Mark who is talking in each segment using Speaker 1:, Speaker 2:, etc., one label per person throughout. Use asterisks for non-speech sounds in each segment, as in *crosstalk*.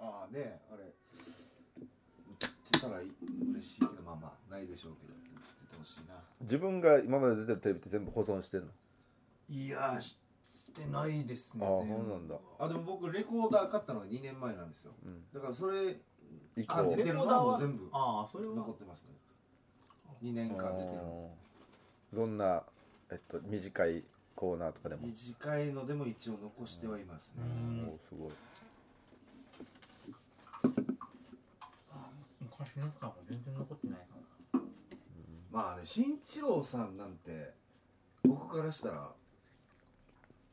Speaker 1: ああねあれ映ってたらい嬉しいけどまあまあないでしょうけど映っててほしいな
Speaker 2: 自分が今まで出てるテレビって全部保存してんの
Speaker 3: いやーししてないですね
Speaker 2: ああそう
Speaker 3: 全部
Speaker 2: なんだ
Speaker 1: あでも僕レコーダー買ったのが2年前なんですよ、だからそれ
Speaker 2: 以
Speaker 1: あ出
Speaker 2: 降
Speaker 1: てるのはもう全部
Speaker 3: ああそれは
Speaker 1: 残ってますね2年間出てるの
Speaker 2: うんどんな、えっと、短いコーナーとかでも
Speaker 1: 短いのでも一応残してはいますね
Speaker 2: おーすごい
Speaker 3: 昔のやつからも全然残ってないかな
Speaker 1: まあね新一郎さんなんて僕からしたら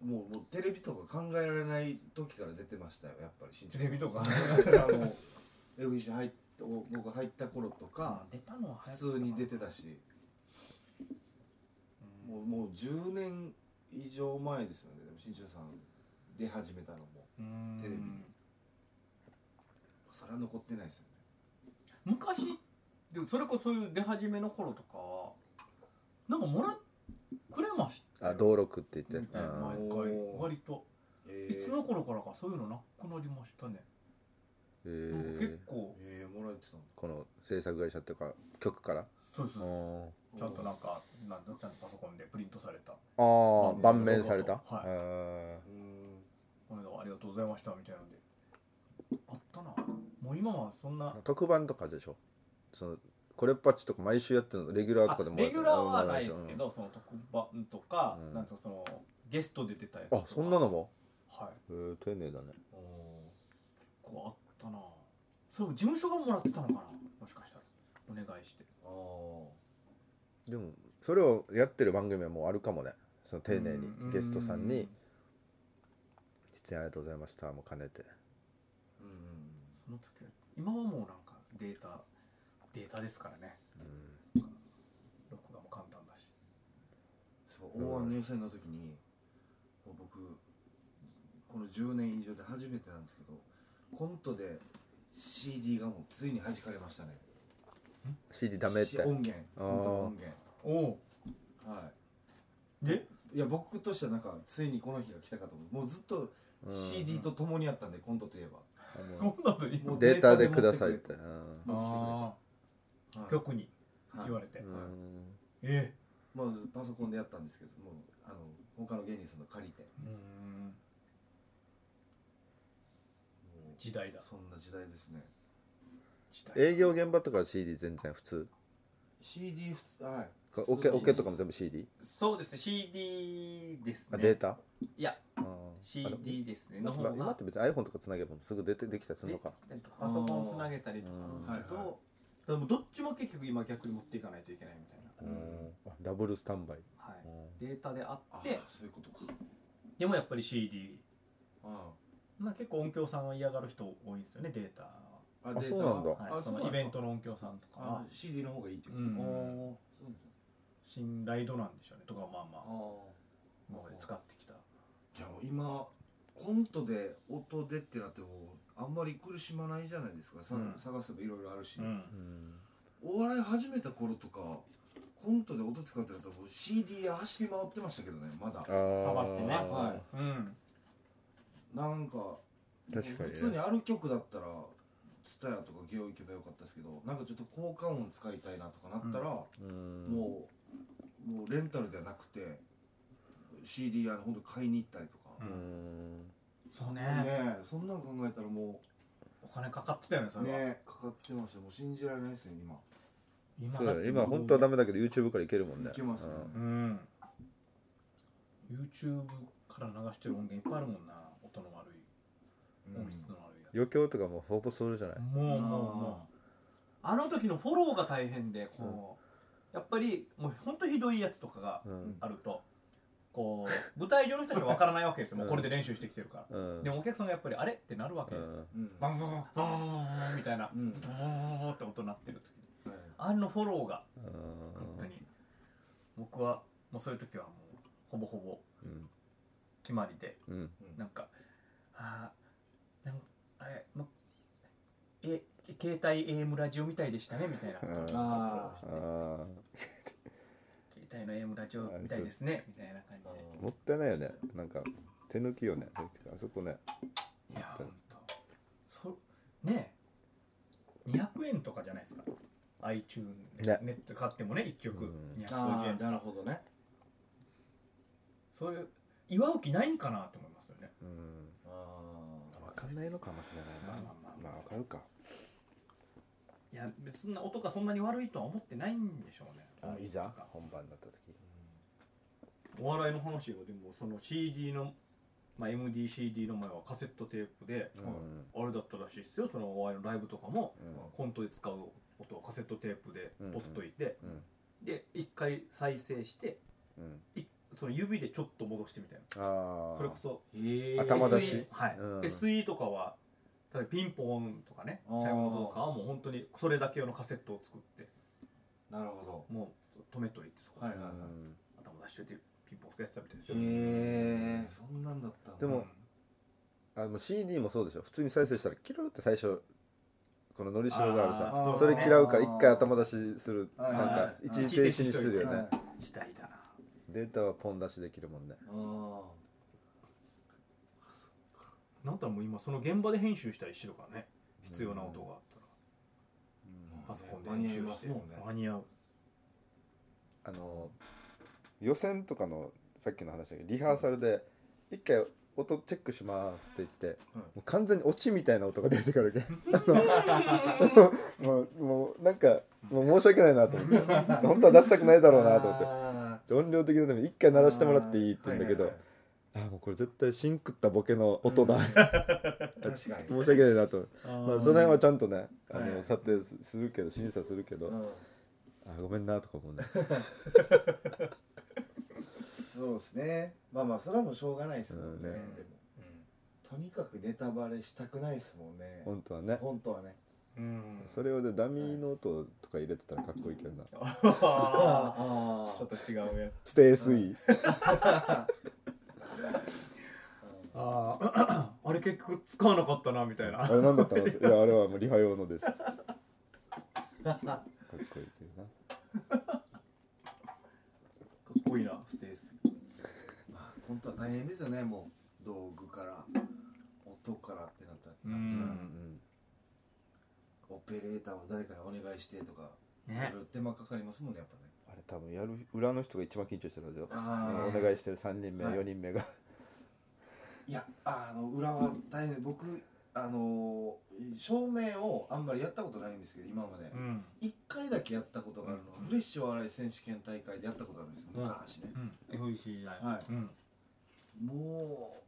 Speaker 1: もうもうテレビとか考えられない時から出てましたよやっぱり新一郎さん
Speaker 3: テレビとか
Speaker 1: あの FBC 入っ僕が入った頃とか
Speaker 3: 出たのは
Speaker 1: 普
Speaker 3: 早
Speaker 1: 通に出
Speaker 3: て
Speaker 1: てたしもうもう10年以上前ですよねでも新一郎さん出始めたのもテレビにそれは残ってないですよね
Speaker 3: 昔でもそれこそそういう出始めの頃とかはなんかもらっくれました
Speaker 2: あ道録って言
Speaker 3: み
Speaker 2: って
Speaker 3: たいな毎
Speaker 1: うん
Speaker 3: 回
Speaker 1: おー
Speaker 3: 割とい
Speaker 1: え
Speaker 3: つの頃からかそういうのなくなりましたね
Speaker 2: え
Speaker 3: なんか
Speaker 2: ー
Speaker 3: 結、構
Speaker 1: えー、もらえてたの
Speaker 2: この制作会社っていうか曲から
Speaker 3: そうです
Speaker 2: おー
Speaker 3: ちゃんとなんかなんだちゃんとパソコンでプリントされた
Speaker 2: あー
Speaker 3: 盤
Speaker 2: 盤
Speaker 3: 面
Speaker 2: 面
Speaker 3: さ
Speaker 2: さ
Speaker 3: れ
Speaker 2: れ
Speaker 3: た
Speaker 2: た、
Speaker 3: はい
Speaker 2: え
Speaker 1: うーん
Speaker 3: この間はありがとうございましたみたいなのであったなもう今はそんな
Speaker 2: ー特番とかでしょそのこれっぱっちとか毎週やってるのレギュラーとかでも
Speaker 3: あレギュラーはないですけど、その特番とか、
Speaker 2: うん
Speaker 3: なんかそのゲストで出たやつ
Speaker 2: う
Speaker 3: と
Speaker 2: ん
Speaker 3: か
Speaker 2: あそんなのも、
Speaker 3: はい
Speaker 2: えー、丁寧だね
Speaker 1: お
Speaker 3: こうあったなそれも事務所がもらってたのかなもしかしたらお願いして
Speaker 1: ーお
Speaker 2: でもそれをやってる番組はもうあるかもねその丁寧に
Speaker 3: うん
Speaker 2: ゲストさんに「出演ありがとうございました」も兼ねて
Speaker 1: ーうんうん
Speaker 3: その時は今はもうなんかデータデータですからね
Speaker 2: うん
Speaker 3: 録画も簡単だし
Speaker 1: そう大安連載の時にもう僕この10年以上で初めてなんですけどコントで CD がもうついに弾かれましたね
Speaker 2: CD ダメって
Speaker 1: し音源
Speaker 2: あー
Speaker 1: コントの音源
Speaker 3: おお
Speaker 1: は
Speaker 3: で
Speaker 1: いいや僕としてはなんかついにこの日が来たかと思うもうずっと
Speaker 2: うん
Speaker 1: CD と共にあったんでコントといえば
Speaker 2: あの
Speaker 3: こんなのいい
Speaker 1: もう
Speaker 2: データで
Speaker 1: 持
Speaker 2: く
Speaker 1: っ
Speaker 2: だ
Speaker 1: て
Speaker 2: さいっ
Speaker 1: れ
Speaker 2: てうん
Speaker 1: 持ってくれ
Speaker 3: ああ
Speaker 1: はい
Speaker 3: 局に
Speaker 1: はい
Speaker 3: 言われて、
Speaker 2: うん
Speaker 3: ええ
Speaker 1: まずパソコンでやったんですけどもうあの他の芸人さんの借りても
Speaker 3: うーん
Speaker 1: う
Speaker 3: 時代だ
Speaker 1: そんな時代ですね
Speaker 3: 時代
Speaker 2: 営業現場とかは CD 全然普通
Speaker 1: CD 普通はい
Speaker 2: かオケオケとかも
Speaker 1: 全
Speaker 2: 全部 CD
Speaker 3: そうですね CD です
Speaker 2: あ
Speaker 3: ね
Speaker 2: データ
Speaker 3: いや
Speaker 2: うん
Speaker 3: CD ですね
Speaker 2: あ
Speaker 3: の
Speaker 2: で
Speaker 3: 方
Speaker 2: も
Speaker 3: が
Speaker 2: 今って別に iPhone とかつなげばすぐ出てできたりするのか
Speaker 3: できたりとかパソコンつなげたりとかなんですけど、
Speaker 1: うんはいはい
Speaker 3: でもどっちも結局今逆に持っていかないといけないみたいな、
Speaker 2: うんあダブルスタンバイ
Speaker 3: は
Speaker 2: う
Speaker 3: い、
Speaker 2: ん
Speaker 3: データであ
Speaker 1: あ
Speaker 3: っ
Speaker 1: あ
Speaker 3: て
Speaker 1: そういうことか
Speaker 3: でもやっぱり CD
Speaker 1: あ
Speaker 3: まあ結構音響さんは嫌がる人多いんですよねデータは
Speaker 1: ああ
Speaker 2: あそうなんだ
Speaker 1: データ
Speaker 3: はい、
Speaker 1: あ
Speaker 3: そ
Speaker 1: そう
Speaker 3: の
Speaker 1: な
Speaker 3: イ
Speaker 1: んで
Speaker 3: ベ
Speaker 1: す
Speaker 3: ン
Speaker 1: か
Speaker 3: トの音響さんとか
Speaker 1: あ
Speaker 3: は
Speaker 1: CD の方がいいってこと
Speaker 3: うん
Speaker 1: おーそうなんだ
Speaker 3: 信頼度なんでしょうねとかまあま
Speaker 1: あ
Speaker 3: あ
Speaker 1: あ
Speaker 3: 今まで使ってきた
Speaker 1: じゃあ今コントで音でってなってもあんまり苦しまないじゃないですか、さ
Speaker 3: うん
Speaker 1: 探せばいろいろあるし、
Speaker 3: うん
Speaker 2: うん
Speaker 1: お笑い始めた頃とかコントで音使ってると CD や走り回ってましたけどねまだ
Speaker 2: あー
Speaker 3: 幅ってね
Speaker 1: は
Speaker 3: うん
Speaker 1: なんか
Speaker 2: 確かにね
Speaker 1: 普通にある曲だったらツタヤとかゲオ行けばよかったですけどなんかちょっと効果音使いたいなとかなったら、
Speaker 2: うん
Speaker 1: もうもうレンタルではなくて CD あの本当買いに行ったりとか、
Speaker 3: う
Speaker 2: うん
Speaker 3: そうね
Speaker 1: ねえそんなん考えたらも
Speaker 3: お金かかってたよねそうれは、
Speaker 1: ねえかかってましたもう信じられないですよ今
Speaker 3: 今
Speaker 2: そうだ
Speaker 3: だっ
Speaker 2: ね
Speaker 3: て
Speaker 2: 今
Speaker 3: もう
Speaker 2: 本当はダメだけど YouTube からいけるもんね
Speaker 1: いけますね
Speaker 3: うん YouTube から流してる音源いっぱいあるもんな音の悪い音質の悪いや
Speaker 2: 余興とかもほぼするじゃない
Speaker 3: つ、もうもうもうあの時のフォローが大変でこう、やっぱりもうほんとひどいやつとかが
Speaker 2: うん
Speaker 3: あると、こう舞台上の人たちは分からないわけですよ、もうこれで練習してきてるから、
Speaker 2: うん
Speaker 3: でもお客さんがやっぱりあれってなるわけ
Speaker 2: う
Speaker 3: です
Speaker 2: ん
Speaker 3: よ、
Speaker 1: うんうん
Speaker 3: バンバンバンバンバンみたいな、
Speaker 1: うん
Speaker 3: ズドーンって音鳴ってる時
Speaker 1: はい
Speaker 3: あのフォローが
Speaker 2: うん
Speaker 3: 本当に僕はもうそういう時はもうほぼほぼ
Speaker 2: うん
Speaker 3: 決まりで
Speaker 2: うん
Speaker 3: なんかあーなんあれもえ携帯 AM ラジオみたいでしたねみたいな
Speaker 2: う
Speaker 1: あ
Speaker 2: ん
Speaker 1: ー
Speaker 2: あー
Speaker 3: 携帯の AM ラジオみたいですねみたいな感じ
Speaker 2: もったいないよねなんか手抜きよねあそこね
Speaker 3: でいやほんとね200円とかじゃないですか iTune
Speaker 2: ね
Speaker 3: ネット買ってもね1曲
Speaker 2: うん
Speaker 1: ああ
Speaker 3: 250円
Speaker 1: なるほどね
Speaker 3: それ祝う気ないんかなと思いますよね
Speaker 2: うん
Speaker 1: あ
Speaker 2: 分かんないのかもしれないな
Speaker 3: まあまあ
Speaker 2: まあわかるか
Speaker 3: いや別にそんな音がそんなに悪いとは思ってないんでしょうね
Speaker 2: あいざ本番だった時
Speaker 3: お笑いの話はでもその CD の、まあ、MDCD の前はカセットテープで、
Speaker 2: うん
Speaker 3: あれだったらしいっすよそのお笑いのライブとかも、
Speaker 2: うん
Speaker 3: コントで使う音をカセットテープで
Speaker 2: うんうん
Speaker 3: 取っといて、
Speaker 2: うん
Speaker 3: で一回再生して
Speaker 2: うん
Speaker 3: いその指でちょっと戻してみたいな
Speaker 2: ああ
Speaker 3: それこそ
Speaker 1: へえ
Speaker 2: 頭出し
Speaker 3: SE はい、
Speaker 2: うん
Speaker 3: SE とかは例えばピンポーンとかねチ
Speaker 1: あー
Speaker 3: ャイムとかはもう本当にそれだけ用のカセットを作って
Speaker 1: なるほ
Speaker 3: もう止めといてそこ
Speaker 1: は
Speaker 3: に
Speaker 1: いはいはい
Speaker 3: 頭出しといてピンポーンってやってたみたいです
Speaker 1: ど
Speaker 3: よ、
Speaker 1: へえそんなんだったんだ
Speaker 2: でもあの CD もそうでしょ普通に再生したらキルって最初こののりしろがある
Speaker 3: あ
Speaker 2: さ
Speaker 3: ー
Speaker 2: それ嫌うから
Speaker 1: あー
Speaker 2: 一回頭出しする
Speaker 1: は
Speaker 2: ないん
Speaker 1: はい
Speaker 2: か一時停止にするよ
Speaker 1: はい
Speaker 2: ね
Speaker 1: あ
Speaker 3: 時代だな
Speaker 2: データはポン出しできるもんね
Speaker 1: あ
Speaker 3: なんたらもう今その現場で編集したりしてるからね必要な音があったらパソコンで
Speaker 1: 間に
Speaker 3: 編
Speaker 1: 合い
Speaker 3: 集
Speaker 1: ま
Speaker 3: し
Speaker 1: す
Speaker 3: て
Speaker 1: もんね
Speaker 3: 間に合う
Speaker 2: あの予選とかのさっきの話だけどリハーサルで一回音チェックしますって言って、
Speaker 1: うん
Speaker 2: もう完全にオチみたいな音が出てくるわけあの *laughs* もうもうなんかもう申し訳ないなと思って本当は出したくないだろうなと思って
Speaker 1: 思っ
Speaker 2: 音量的なために一回鳴らしてもらっていいって言うんだけど、
Speaker 1: はいはい
Speaker 2: あーもうこれ絶対シンクったボケの音だ、
Speaker 1: はい確かに
Speaker 2: 申し訳ないなと、 *laughs* まあ、その辺はちゃんとねあ
Speaker 1: はい
Speaker 2: の査定すするけど審査するけど、
Speaker 1: うん
Speaker 2: あーごめんなとか思うね *laughs*
Speaker 1: そうですねまあまあそれはもうしょうがないですもんね,、
Speaker 2: うんね
Speaker 1: でもとにかくネタバレしたくないですもんね
Speaker 2: 本当はね
Speaker 1: 本当はね
Speaker 3: うん
Speaker 2: それをでダミーノートとか入れてたらかっこいいけどな
Speaker 3: ち
Speaker 1: あ
Speaker 3: ょっと違うやつ
Speaker 2: ステースイ
Speaker 3: *laughs* あああれ結局使わなかったなみたいな
Speaker 2: *laughs* あれなんだったのいやあれはもうリハ用のですかっこいいけどな
Speaker 3: かっこいいなステース
Speaker 1: まあ本当は大変ですよねもう道具から音からってなったらなってきたら
Speaker 3: うん
Speaker 2: うん
Speaker 1: オペレーターも誰かにお願いしてとかい
Speaker 3: ね
Speaker 1: ろいろ手間かかりますもんねやっぱね
Speaker 2: あれ多分やる裏の人が一番緊張してるはずよ
Speaker 1: あ
Speaker 2: お
Speaker 1: あ
Speaker 2: 願いしてる3人目
Speaker 1: はい
Speaker 2: 4人目が
Speaker 1: いやあの裏は大変で僕あの照明をあんまりやったことないんですけど今まで
Speaker 3: うん
Speaker 1: 一回だけやったことがあるのはフレッシュお笑い選手権大会でやったことあるんですよ
Speaker 3: うん
Speaker 1: 昔ね
Speaker 3: うん FEC 時代
Speaker 1: はい
Speaker 3: うん
Speaker 1: も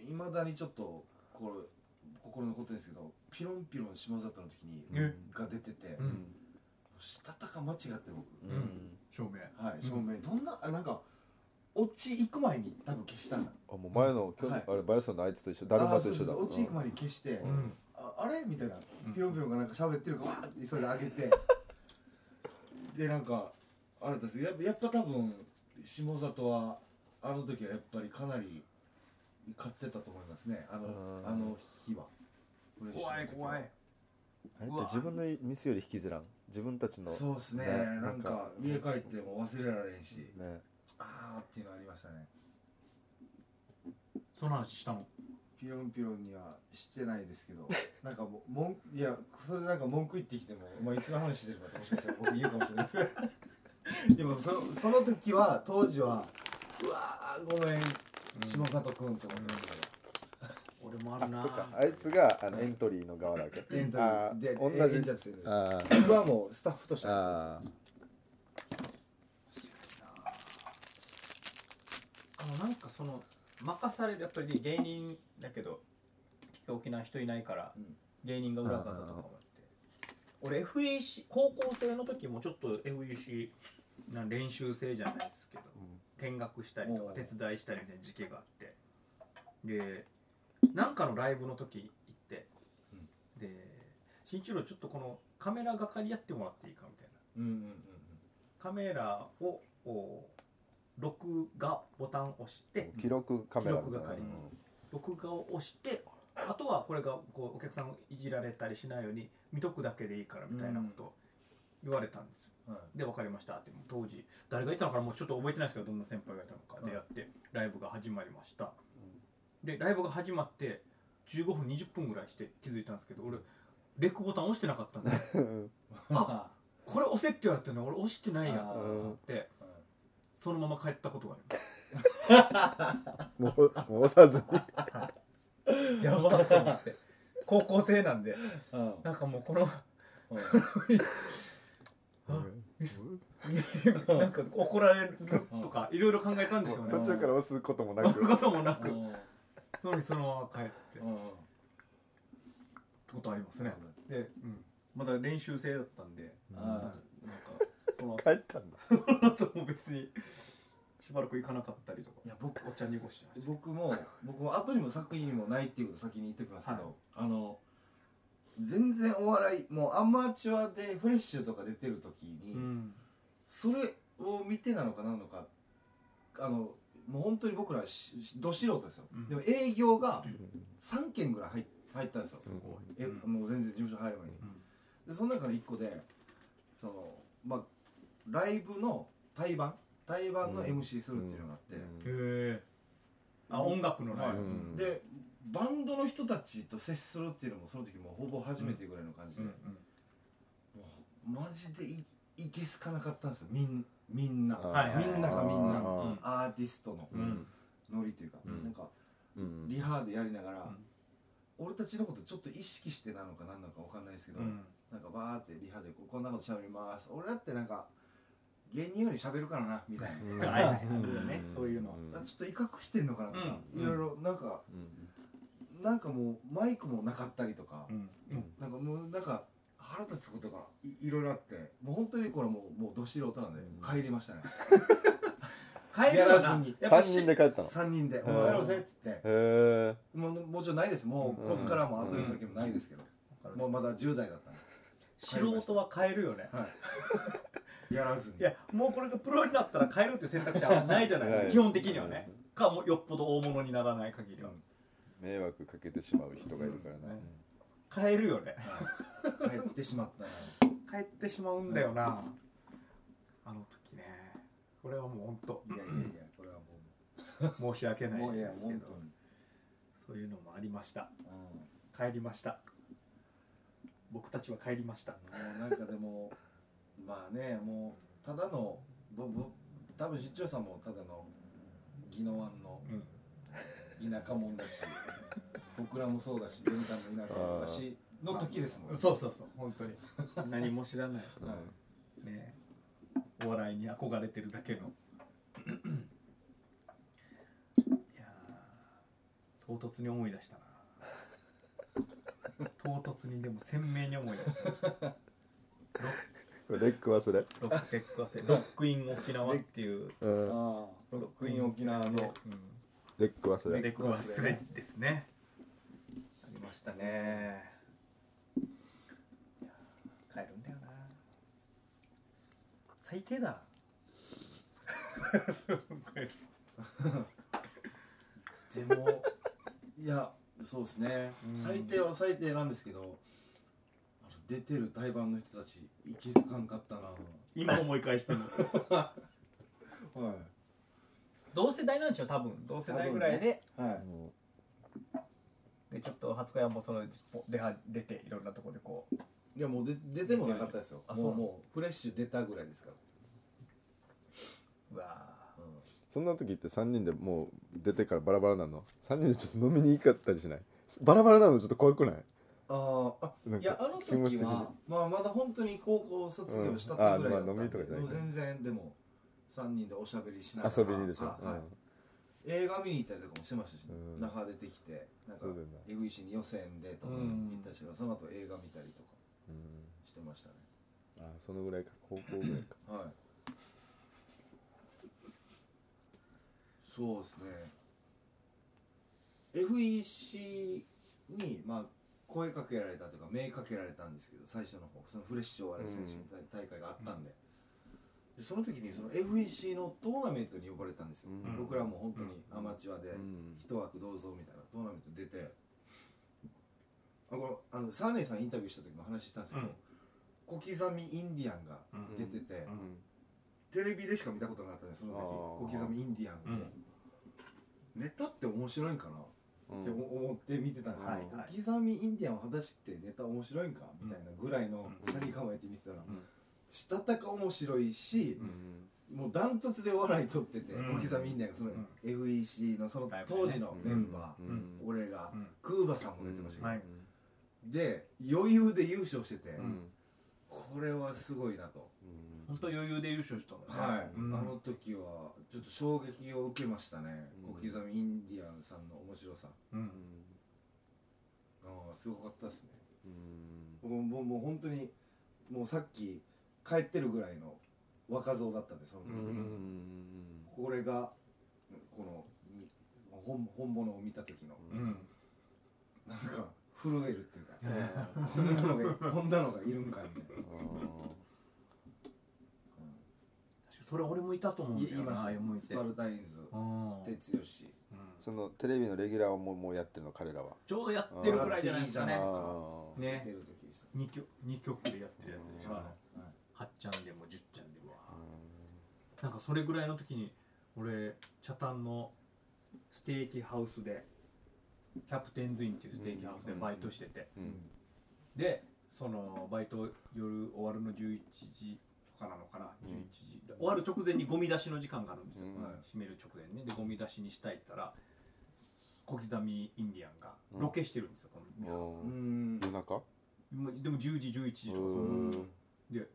Speaker 1: ういまだにちょっとこれ心残ってるんですけどピロンピロン下里の時に
Speaker 3: え
Speaker 1: が出てて
Speaker 3: うん
Speaker 1: したたか間違って僕、
Speaker 3: ん照明
Speaker 1: はい
Speaker 3: ん
Speaker 1: 照明どんなあなんか落ち行く前に多分消したんだ
Speaker 2: あもう前の今日
Speaker 1: はい
Speaker 2: あれバイアスのあいつと一緒だるまと
Speaker 1: あそう
Speaker 2: 一
Speaker 1: そ
Speaker 2: 緒
Speaker 1: う
Speaker 2: だ
Speaker 1: そう落ち行く前に消して、
Speaker 3: うん
Speaker 1: ああれみたいな
Speaker 3: うん
Speaker 1: ピロンピロンがなんか喋ってるからわーってそれで上げてでなんかあれだったんですけどやっぱやっぱ多分下里はあの時はやっぱりかなり買ってたと思いますねあの
Speaker 2: うん
Speaker 1: あの日はフレッシュ
Speaker 3: 怖
Speaker 1: ない時は
Speaker 3: 怖い
Speaker 2: あれって自分のミスより引きずらん自分たちの
Speaker 1: そうですね
Speaker 2: ね
Speaker 1: な
Speaker 2: なんん
Speaker 1: か
Speaker 2: か
Speaker 1: 家帰っても忘れられんし、
Speaker 2: ね
Speaker 1: あーっていうのありましたね
Speaker 3: その話したの
Speaker 1: ピロンピロンにはしてないですけど *laughs* なんかもうもんいやそれでなんか文句言ってきてもお前いつの話してるかってもしかしたら僕言うかもしれないです *laughs* でもそのその時は当時はうわーごめん下里君って思ってましたか
Speaker 3: 俺もある
Speaker 2: そっか
Speaker 3: な
Speaker 2: あいつがあのエントリーの側だっけ
Speaker 1: ら、エントリ
Speaker 2: あ
Speaker 1: ーで
Speaker 2: 同
Speaker 1: 演
Speaker 2: じ
Speaker 1: 者として
Speaker 2: あー
Speaker 1: 僕はもうスタッフとして入って
Speaker 2: あー
Speaker 3: あのなんかその任されるやっぱり芸人だけど大きな人いないから
Speaker 1: うん
Speaker 3: 芸人が裏方とかもあって俺 FEC 高校生の時もちょっと FEC なん練習生じゃないですけど見学したりとか
Speaker 1: おう
Speaker 3: 手伝いしたりみたいな時期があってでなんかのライブの時行って、で新一郎ちょっとこのカメラ係やってもらっていいかみたいな
Speaker 1: うんうんうんうん
Speaker 3: カメラをお録画ボタンを押して
Speaker 2: 記録カメラみたいな
Speaker 3: 記録係録画を押してあとはこれがこうお客さんをいじられたりしないように見とくだけでいいからみたいなことを言われたんです
Speaker 1: はい
Speaker 3: よ、で分かりましたって当時誰がいたのかなもうちょっと覚えてないですけどどんな先輩がいたのかでやってライブが始まりましたでライブが始まって15分20分ぐらいして気づいたんですけど俺レックボタン押してなかったんで
Speaker 2: うん
Speaker 3: あこれ押せって言われてるのに俺押してないや
Speaker 1: あー
Speaker 3: と *laughs* 思ってそのまま帰ったことがあ
Speaker 2: *laughs* もうもう押さずに
Speaker 3: りますやばーと思って高校生なんで
Speaker 1: うんうん
Speaker 3: なんかもうこのあミスなんか怒られるとかいろいろ考えたんでしょう
Speaker 2: 途
Speaker 3: ね
Speaker 2: 中から押すこともな
Speaker 3: そ
Speaker 2: く
Speaker 3: ういうこともなく
Speaker 1: うん
Speaker 3: そのそのまま帰ってっ
Speaker 1: うんうん
Speaker 3: てことありますねで、うん、まだ練習生だったんで、
Speaker 1: うん
Speaker 3: なん
Speaker 1: あ
Speaker 3: かこの
Speaker 2: 帰ったんだ
Speaker 3: この後も別にしばらく行かなかったりとか
Speaker 1: ーいや僕
Speaker 3: お茶濁してまし
Speaker 1: 僕も僕も後にも作品にもないっていうこと先に言っておきますけど、
Speaker 3: はい
Speaker 1: あの全然お笑いもうアマチュアでフレッシュとか出てる時に、
Speaker 3: たうん
Speaker 1: それを見てなのかなのかあのもう本当に僕らししど素人ですよ、
Speaker 3: うん
Speaker 1: でも営業が3件ぐらい入っ入ったんですよ、
Speaker 3: すごい
Speaker 1: え
Speaker 3: うん
Speaker 1: もう全然事務所入る前に
Speaker 3: うん
Speaker 1: でその中の1個でそのまあライブの対バン対バンの MC するっていうのがあって、
Speaker 3: へえあ音楽のライ
Speaker 1: う
Speaker 3: ブ、
Speaker 2: ん
Speaker 1: でバンドの人たちと接するっていうのもその時もうほぼ初めてぐらいの感じで、
Speaker 3: うん
Speaker 1: もうマジでいいけすかなかったんですよみんみんな
Speaker 3: はいはいはい
Speaker 1: みんながみんな
Speaker 2: あ
Speaker 1: アーティストの
Speaker 3: うんうん
Speaker 1: ノリというか、
Speaker 2: うん
Speaker 1: なんか
Speaker 2: ーうん
Speaker 1: リハでやりながら、
Speaker 3: うん
Speaker 1: 俺たちのことちょっと意識してなのか何なのかわかんないですけど、
Speaker 3: うん
Speaker 1: なんかバーってリハでこうこんなこと喋ります俺だってなんか芸人より喋るからなみたいな、
Speaker 2: うん
Speaker 3: はいはいねそういうのは
Speaker 2: ん
Speaker 1: あちょっと威嚇してんのかなとか、
Speaker 3: うん
Speaker 1: いろいろなんか
Speaker 2: うん
Speaker 1: なんかもうマイクもなかったりとか、
Speaker 3: うんうん
Speaker 1: なんかもうなんか腹立つことがいいろいろあってもう本当にこれもうもうど素人なんで
Speaker 2: うん
Speaker 1: 帰りましたね、
Speaker 3: 帰
Speaker 1: や
Speaker 3: る
Speaker 1: ら
Speaker 3: よ
Speaker 1: ず
Speaker 3: な
Speaker 1: に
Speaker 3: やっ
Speaker 2: 3
Speaker 3: ぱし
Speaker 2: 人で帰ったのへ
Speaker 1: 3人で「
Speaker 2: ん
Speaker 1: もう帰ろうぜ」って言って、
Speaker 2: え
Speaker 1: もうもちろんないですもうこっからも後に先もないですけど、もうまだ10代だったんで、
Speaker 3: 素人は帰るよね
Speaker 1: はい、やらずに
Speaker 3: いやもうこれがプロになったら帰るっていう選択肢はないじゃないです
Speaker 2: な
Speaker 3: か
Speaker 2: い
Speaker 3: 基本的にはねかもうよっぽど大物にならない限りは
Speaker 2: 迷惑かけてしまう人がいるから
Speaker 3: そう
Speaker 2: な
Speaker 3: ですね帰るよね
Speaker 1: はい帰ってしまったな
Speaker 3: 帰ってしまうんだよなあの時ねこれはもう本当
Speaker 1: いやいやいやこれはも
Speaker 3: 申し訳
Speaker 1: う
Speaker 3: ない
Speaker 1: もういや
Speaker 3: ですけ
Speaker 1: 本
Speaker 3: ど
Speaker 1: 当に、
Speaker 3: そういうのもありました
Speaker 1: うん、も
Speaker 3: 帰りました僕たちは帰りました
Speaker 1: うなんかでもまあねもうただのぼぼ多分出張さんもただの宜野湾の
Speaker 3: うん
Speaker 1: 田舎も
Speaker 3: *laughs*
Speaker 1: んだし僕らもそうだしベンタンも田舎もんだしの時ですもん
Speaker 3: そうそうそう本当に何も知らない
Speaker 1: はい
Speaker 3: ねお笑いに憧れてるだけのいやー唐突に思い出したな唐突にでも鮮明に思い出した
Speaker 2: これレック忘れ
Speaker 3: ロックテックアセロックイン沖縄っていう、
Speaker 2: うん
Speaker 1: ああロックイン沖縄の
Speaker 3: う
Speaker 2: レック忘
Speaker 3: ん、
Speaker 2: れ
Speaker 3: レックアスレですねありましたねいやー帰るんだよな最低だ
Speaker 1: でもいやそうですね、
Speaker 3: うん
Speaker 1: 最低は最低なんですけどあの出てる台盤の人たちいけすかんかったな
Speaker 3: 今思い返しても
Speaker 1: は
Speaker 3: 同世代なんでしょ多分同世代ぐらい
Speaker 1: 多
Speaker 3: で、
Speaker 1: 分いはい
Speaker 2: も
Speaker 3: でちょっと初恋はもうその出は出ていろんなところでこう
Speaker 1: いやもうで出てもなかったですよ
Speaker 3: あ
Speaker 1: も
Speaker 3: そう
Speaker 1: うもうフレッシュ出たぐらいですから、
Speaker 3: うわ
Speaker 2: うそんな時って3人でもう出てからバラバラなの3人でちょっと飲みに行かったりしないバラバラなのちょっと怖くない
Speaker 1: ああ
Speaker 2: なん
Speaker 1: いやあの
Speaker 2: 気持ち
Speaker 1: 時
Speaker 2: 的に
Speaker 1: は、まあ、まだ本当に高校卒業したってぐらいだったんで、
Speaker 2: うんあーまあ飲みとかじゃない
Speaker 1: もう全然でも3人でおしゃべりしながら
Speaker 2: 遊びにでしょ、
Speaker 1: あはい映画見に行ったりとかもしてましたし、
Speaker 2: うん
Speaker 1: 那覇出てきてなんか
Speaker 2: そうだよな
Speaker 1: えぐいしに予選でとか
Speaker 3: うん
Speaker 1: 行ったし、その後映画見たりとか
Speaker 2: うん
Speaker 1: してましたね
Speaker 2: うん、あそのぐらいか高校ぐらい
Speaker 1: は
Speaker 2: か
Speaker 1: いそうですね FEC にまあ声かけられたというか目かけられたんですけど最初の方そのフレッシュお笑い選手大会があったんで,、でその時にその FEC のトーナメントに呼ばれたんですよ、
Speaker 2: うん
Speaker 1: 僕らも本当にアマチュアで、
Speaker 2: うん
Speaker 1: 一枠どうぞみたいなトーナメント出てあこれあのサーネーさんインタビューした時も話したんですけど、小刻みインディアンが出てて、
Speaker 3: うん
Speaker 1: テレビでしか見たことなかったねその時
Speaker 2: あー
Speaker 1: 小刻みインディアン、
Speaker 3: うん
Speaker 1: ネタって面白いんかなって思思って見てたんですけど
Speaker 3: はいはい
Speaker 1: 小刻みインディアンは果たしてネタ面白いんかみたいなぐらいの
Speaker 3: うん
Speaker 1: 何構えて見てたら
Speaker 3: ん
Speaker 1: したたか面白いし
Speaker 3: う
Speaker 1: もうダントツで笑い取ってて
Speaker 3: うん
Speaker 1: 小刻みインディアンがその
Speaker 3: うん
Speaker 1: FEC のその
Speaker 3: だいぶね
Speaker 1: 当時のメンバ
Speaker 3: んうん
Speaker 1: ー俺ら
Speaker 3: うん
Speaker 1: クーバさんも出てましたけど
Speaker 3: はい
Speaker 1: で余裕で優勝してて、
Speaker 3: ん
Speaker 1: これはすごいなと、
Speaker 3: 本当余裕で優勝したもんね
Speaker 1: はい、
Speaker 3: うん
Speaker 1: あの時はちょっと衝撃を受けましたね、
Speaker 2: うん
Speaker 1: 小刻みインディアンさんの面白さ
Speaker 3: うん
Speaker 1: あーすごかったですね僕ももうもう本当にもうさっき帰ってるぐらいの若造だったんでその時、これがこの本本物を見た時の
Speaker 3: うん
Speaker 1: なんか震えるっていうかこんなのがこんなのがいるんかみたいな、
Speaker 3: 確かそれ俺もいたと思うんだ
Speaker 1: い
Speaker 3: よ
Speaker 1: いま
Speaker 3: な
Speaker 1: した
Speaker 3: ああいう向い
Speaker 1: ス
Speaker 3: て
Speaker 1: パルタインズ
Speaker 3: うん
Speaker 1: 哲義
Speaker 3: うん
Speaker 2: そのテレビのレギュラーをもうもうやってるの彼らは
Speaker 3: ちょうどやってるくらいじゃないですか
Speaker 1: あ
Speaker 3: ね
Speaker 1: ー
Speaker 2: あ
Speaker 1: 出て
Speaker 3: ね
Speaker 1: る時でした
Speaker 3: 二曲二曲でやってるやつでしょ
Speaker 1: は
Speaker 3: 8ちゃんでも10ちゃんでもなんかそれぐらいの時に俺北谷のステーキハウスでキャプテンズインっていうステーキハウスでバイトしててでそのバイト夜終わるの11時とかなのかな
Speaker 2: うん
Speaker 3: 11時で終わる直前にゴミ出しの時間があるんですよ
Speaker 2: うん
Speaker 3: 閉める直前にねでゴミ出しにしたいったら小刻みインディアンが
Speaker 2: うん
Speaker 3: ロケしてるんですよこの
Speaker 1: いうん
Speaker 2: 夜中
Speaker 3: もうでも10時11時とかそんな
Speaker 2: うん
Speaker 3: で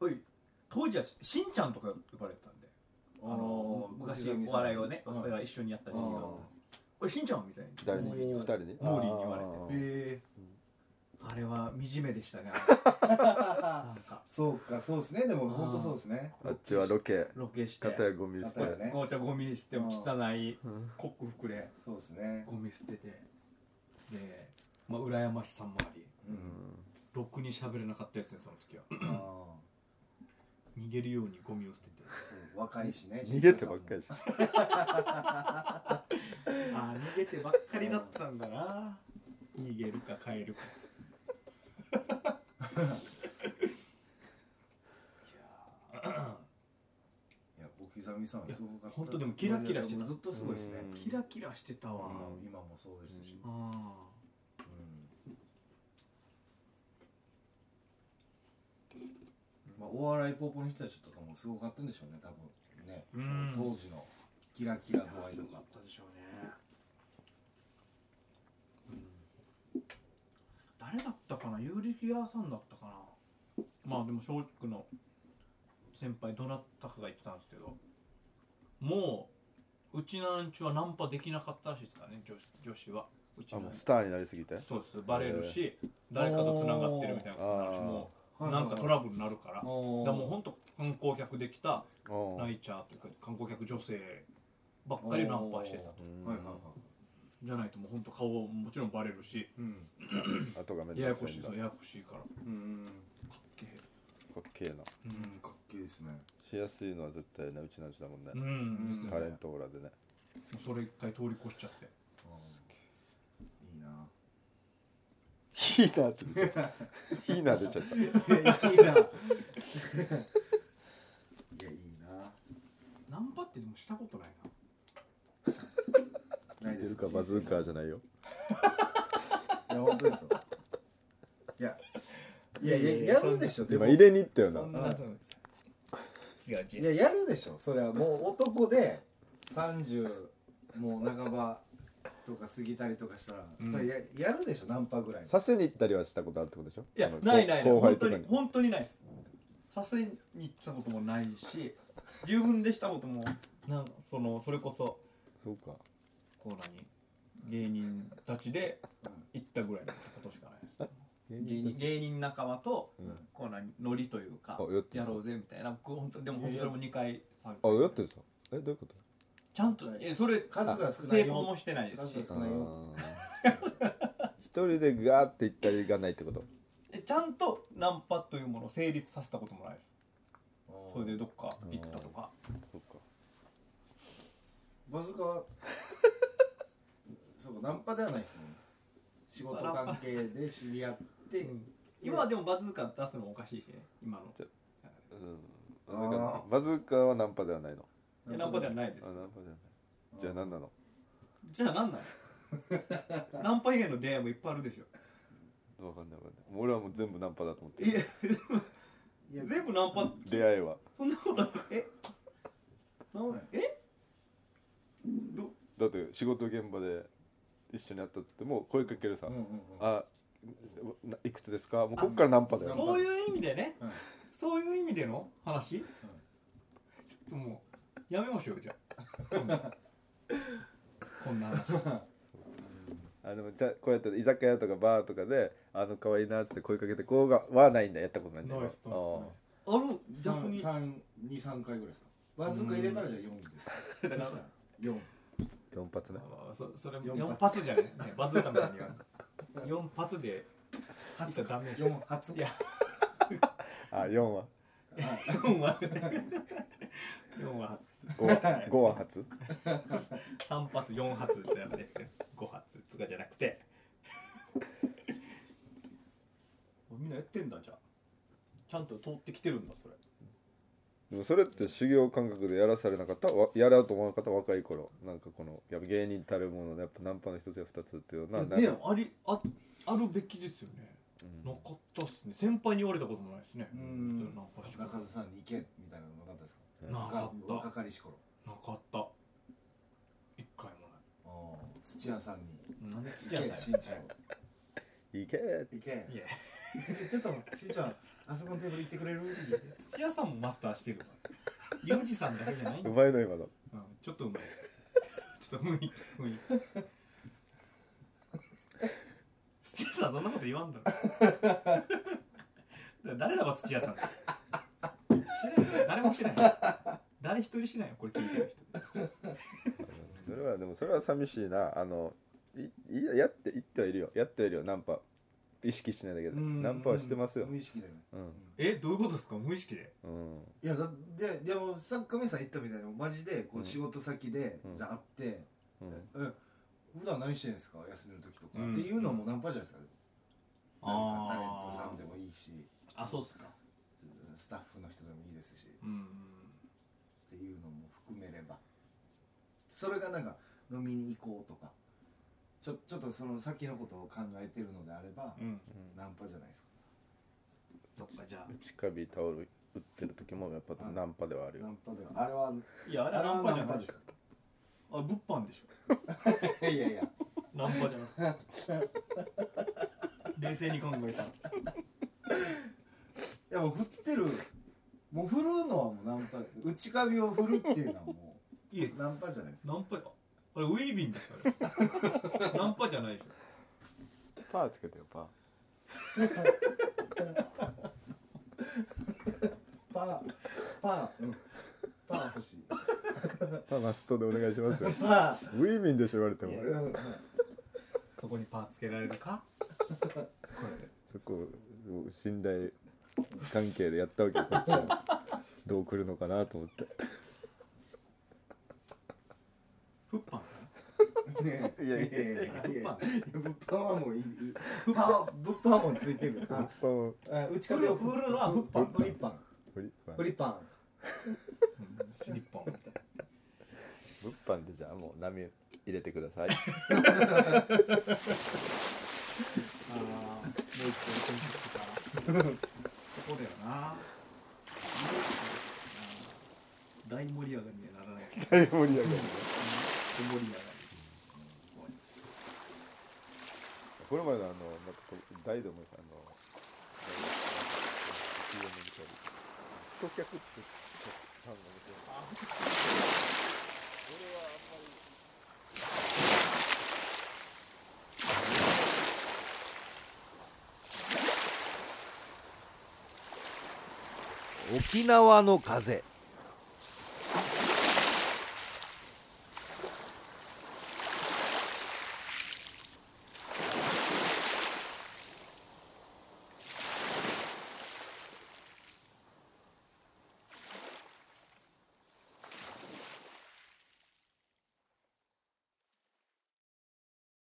Speaker 3: おい当時はしんちゃんとか呼ばれてたんであの昔お笑いをね俺ら一緒にやった時期があったんでおいしんちゃんみたいに
Speaker 2: 誰に
Speaker 1: お
Speaker 2: 二
Speaker 1: ー
Speaker 2: 人に
Speaker 3: モーリーに言われて
Speaker 1: ええ
Speaker 3: あれは惨めでしたねあ *laughs* れなんか
Speaker 1: そうかそうですねでも
Speaker 3: うん
Speaker 1: 本当そうですね
Speaker 2: あっちはロケ
Speaker 3: ロケして
Speaker 2: 片やゴミ捨て
Speaker 1: 片やね
Speaker 3: 紅茶ゴミ捨ても汚い
Speaker 2: うん
Speaker 3: コック服で
Speaker 1: そうですね
Speaker 3: ゴミ捨ててでまあ羨ましさもあり
Speaker 1: うん
Speaker 3: ろくに喋れなかったですねその *laughs* 時は
Speaker 1: あー
Speaker 3: 逃げるようにゴミを捨てて
Speaker 1: そう若いしね
Speaker 2: 逃げてばっかりし
Speaker 3: ああ逃げてばっかりだったんだな逃げるか帰るかいや
Speaker 1: いや小刻みさんすごかった
Speaker 3: ほんとでもキラキラしてた
Speaker 1: ずっとすごいですね
Speaker 2: うん
Speaker 3: ーキラキラしてたわ
Speaker 1: うん今もそうですし
Speaker 3: あ
Speaker 1: うんまあお笑いポーポの人たちとかもすごかったんでしょうね多分ねそ
Speaker 3: うん
Speaker 1: の当時のキラキラ度合いと
Speaker 3: よ
Speaker 1: か
Speaker 3: かったでしょうね誰だったかなユーリキアさんだったかなまあでも松竹の先輩どなたかが言ってたんですけどもううちの連中はナンパできなかったらしいですからね女子女子はうち
Speaker 2: たあ
Speaker 3: の
Speaker 2: もう
Speaker 3: 連
Speaker 2: ス
Speaker 3: 中
Speaker 2: ターになりすぎて
Speaker 3: そうですバレるし誰かとつながってるみたいなことになるし
Speaker 2: あー
Speaker 3: もう
Speaker 1: はい
Speaker 3: な
Speaker 1: はい
Speaker 3: んかトラブルになるからだから
Speaker 1: おー
Speaker 3: もうほんと観光客で来た
Speaker 2: うん
Speaker 3: ライチャーというか観光客女性ばっかりナンパしてたと
Speaker 2: うん
Speaker 1: はいはいはい
Speaker 3: じゃないともうほんと顔ももちろんバレるし
Speaker 1: うん
Speaker 2: 後がめん
Speaker 3: や
Speaker 2: ど
Speaker 3: や
Speaker 2: く
Speaker 3: こ
Speaker 2: さい
Speaker 3: しい
Speaker 2: ん
Speaker 3: そ
Speaker 2: だ
Speaker 3: うややこしいからか
Speaker 1: うん
Speaker 3: っけえ
Speaker 2: かっけえな
Speaker 1: うんかっけえですね
Speaker 2: しやすいのは絶対ねうちなんちだもんね
Speaker 3: うん、ですよ
Speaker 2: タ
Speaker 3: ね
Speaker 2: レントオーラでね
Speaker 3: それ一回通り越しちゃって
Speaker 1: いいな
Speaker 2: ヒーナーって出ちゃったヒーナー出ちゃった
Speaker 1: いやいいないやいいな
Speaker 3: ナンパってでもしたことないな
Speaker 1: ない
Speaker 2: 出るかバズーカーじゃないよ
Speaker 1: いや本当ですよいやいやいややるでしょでも
Speaker 2: 今
Speaker 1: い
Speaker 2: 入れに行ったよな
Speaker 1: な
Speaker 3: 違う違う
Speaker 1: ややるでしょそれはもう男で30もう半ばとか過ぎたりとかしたら、
Speaker 3: うん
Speaker 1: それややるでしょナンパぐらい
Speaker 2: させに行ったりはしたことあるってことでしょ
Speaker 3: いや
Speaker 2: あのこ
Speaker 3: ないないない
Speaker 2: 後
Speaker 3: 本
Speaker 2: 輩
Speaker 3: 当
Speaker 2: とか
Speaker 3: に
Speaker 2: に
Speaker 3: 本当にないですさすがに行ったこともないし自分でしたこともなんかそのそれこそ
Speaker 2: そうか
Speaker 3: こう何芸人たちで行ったぐらいのことしかないです
Speaker 2: 芸
Speaker 3: 芸
Speaker 2: 人
Speaker 3: 人
Speaker 2: として
Speaker 3: 芸人仲間と
Speaker 2: うん
Speaker 3: こう何ノリというか
Speaker 2: あやってる
Speaker 3: やろうぜみたいな僕本当でも本当それも2回3
Speaker 2: あ
Speaker 3: 回
Speaker 2: やってるさえどういうこと
Speaker 3: ちゃんとえそれ
Speaker 1: 数が少な
Speaker 3: 成
Speaker 1: い
Speaker 3: 功
Speaker 1: よ
Speaker 3: もしてないですし
Speaker 1: 数が少ないよ
Speaker 2: あー一人でガーって行ったりがないってこと
Speaker 3: えちゃんとナンパというものを成立させたこともないですそれでどっか
Speaker 2: うん
Speaker 3: 行ったとか
Speaker 2: そうか
Speaker 1: バズーカー *laughs* そうかナンパではないですよね仕事関係で知り合って、
Speaker 3: 今はでもバズーカ出すのもおかしいしね今の
Speaker 2: じゃう
Speaker 1: あ
Speaker 2: ん
Speaker 1: ー
Speaker 2: だからバズーカーはナンパではないの
Speaker 3: えナンパではないです
Speaker 2: あナンパではないじゃあ何なの
Speaker 3: *laughs* じゃあ何なのナンパ以外の出会いもいっぱいあるでしょ
Speaker 2: 分かんない分かんない俺はもう全部ナンパだと思って
Speaker 3: い
Speaker 2: る
Speaker 3: や全部ナンパ
Speaker 2: 出会いは
Speaker 3: そんなことないえなえど
Speaker 2: だって仕事現場で一緒に会ったっても声かけるさ、
Speaker 1: うんうんうん
Speaker 2: あないくつですかもうこっからナンパだよ
Speaker 1: あ
Speaker 3: そういう意味でね
Speaker 1: うん
Speaker 3: そういう意味での話、ちょっともうやめましょうじゃあこんな話
Speaker 2: あでもじゃあこうやって居酒屋とかバーとかで「あの可愛いな」っつって声かけてこうがはないんだやったことないんだ
Speaker 3: ナイスナイスナイ
Speaker 2: あ
Speaker 3: ス
Speaker 2: ー
Speaker 3: あの逆
Speaker 1: 三
Speaker 3: に
Speaker 1: 三二三回ぐらいですかわずか入れたらじゃあ四ですそ
Speaker 3: ん
Speaker 1: したら四
Speaker 2: 四発ね
Speaker 3: あそそれ
Speaker 1: 四
Speaker 3: 4
Speaker 1: 発
Speaker 3: 発じゃねねバズーカみたいに言わない4発でい
Speaker 1: 発
Speaker 3: やダメ
Speaker 1: 四発
Speaker 3: いや
Speaker 2: あ四は
Speaker 1: はい
Speaker 3: 4は4は
Speaker 2: 五 *laughs* は五は初
Speaker 3: 3発4発じゃなくて5発とかじゃなくてみんなやってんだじゃあちゃんと通ってきてるんだそれ
Speaker 2: でもそれって修行感覚でやらされなかったわやろうと思わなかった若い頃なんかこのやっぱ芸人たるものでやっぱナンパの一つや二つっていうのはな
Speaker 1: ね
Speaker 2: なんか
Speaker 3: ありああるべきですよね
Speaker 2: うん
Speaker 3: なかったっすね先輩に言われたこともないですね
Speaker 1: うん
Speaker 3: ナンパしてくれ
Speaker 1: 中田さんに行けみたいなのなかったですか
Speaker 3: なかった
Speaker 1: 若かりし頃
Speaker 3: なかった一回もない
Speaker 1: あー土屋さんに
Speaker 3: なんで
Speaker 1: 行
Speaker 3: 土
Speaker 1: け
Speaker 3: 屋さん
Speaker 1: 新
Speaker 3: や
Speaker 1: ちゃん
Speaker 2: いけー
Speaker 1: 行け
Speaker 3: いや
Speaker 1: *laughs* ちょっと新ちゃんあそこのテーブル行ってくれる
Speaker 3: 土屋さんもマスターしてるわユージさんだけじゃない、う、
Speaker 2: うんまいの今の
Speaker 3: ちょっとうまい *laughs* ですちょっと無理無理土屋さんそんなこと言わんだろ *laughs* だ誰だか土屋さん知らない誰も知らない誰一人知らないよこれ聞いてる人土屋さん
Speaker 2: それはでもそれは寂しいなあのいいややって言ってはいるよやってはいるよナンパ意識しないだけでナンパはしてますよ
Speaker 1: 無意識だよね
Speaker 2: うん
Speaker 3: えどういうことですか無意識で
Speaker 2: うん
Speaker 1: いやだででもさっき亀井さん言ったみたいにマジでこ
Speaker 2: うん
Speaker 1: う仕事先で、
Speaker 2: うん
Speaker 1: じゃあ会って、
Speaker 2: うん
Speaker 1: え普段何してるんですか休みの時とか、
Speaker 3: うん
Speaker 1: っていうのもナンパじゃないですかなんかタレントさ
Speaker 3: あ
Speaker 1: んでもいいし
Speaker 3: あそうっすか
Speaker 1: スタッフの人でもいいですしっ
Speaker 3: うん
Speaker 1: ていうのも含めればそれがなんか飲みに行こうとかちょちょっとその先のことを考えてるのであれば、
Speaker 3: うん
Speaker 1: ナンパじゃないですか
Speaker 3: そっかじゃあ
Speaker 2: 乳首タオル打ってる時もやっぱナンパではある
Speaker 1: ナ
Speaker 2: よ
Speaker 1: ンパではあれはい
Speaker 3: やあれ
Speaker 1: あれ
Speaker 3: ナ
Speaker 1: は
Speaker 3: ンパじ
Speaker 1: ナ
Speaker 3: ゃ
Speaker 1: ン
Speaker 3: な
Speaker 1: パ
Speaker 3: い
Speaker 1: で
Speaker 3: ですしょあ物販でしょ
Speaker 1: か *laughs* いやいや
Speaker 3: ナンパじゃ *laughs* ない *laughs* 冷静に考えたら
Speaker 1: いやもう振ってるもう振るのはもうナンパ内カビを振るっていうのはも
Speaker 3: いえ
Speaker 1: うナンパじゃないですか
Speaker 3: ナンパあれウェイビンですか *laughs* あれナンパじゃないでしょ
Speaker 2: パーつけてよパー
Speaker 1: パーパー、うん、パー欲しい
Speaker 2: パーマストでお願いし *laughs* ますよ
Speaker 1: パー
Speaker 2: ウィーミンでしょ言われても
Speaker 1: うんうん
Speaker 3: そこにパーつけられるかこれで
Speaker 2: そこもう信頼関係でやったわけよこっちはどう来るのかなと思って
Speaker 3: フッパン
Speaker 1: ねえ
Speaker 2: い
Speaker 1: い
Speaker 2: や
Speaker 1: や
Speaker 2: い
Speaker 1: い
Speaker 2: や
Speaker 1: や
Speaker 2: い
Speaker 1: い
Speaker 2: や
Speaker 1: や
Speaker 2: い
Speaker 1: い
Speaker 3: や
Speaker 1: や物販はもういい物販は物販はもうついてるあ
Speaker 2: パン
Speaker 1: あ内カビを
Speaker 3: 振るのはフッパン
Speaker 1: フリッパン
Speaker 2: フリパン
Speaker 1: フリッパン
Speaker 3: うんスリッパンみたいな
Speaker 2: 物販でじゃあもう波入れてください
Speaker 3: あーもう一個やってみてた *laughs* そこだよな大盛り上がりにはならないけど
Speaker 2: *laughs* 大盛り上がり
Speaker 3: 小盛り上がり
Speaker 2: これまであのなんかこう大でもあの大でも CM 見たり太客ってファンが見てる
Speaker 4: 沖縄の風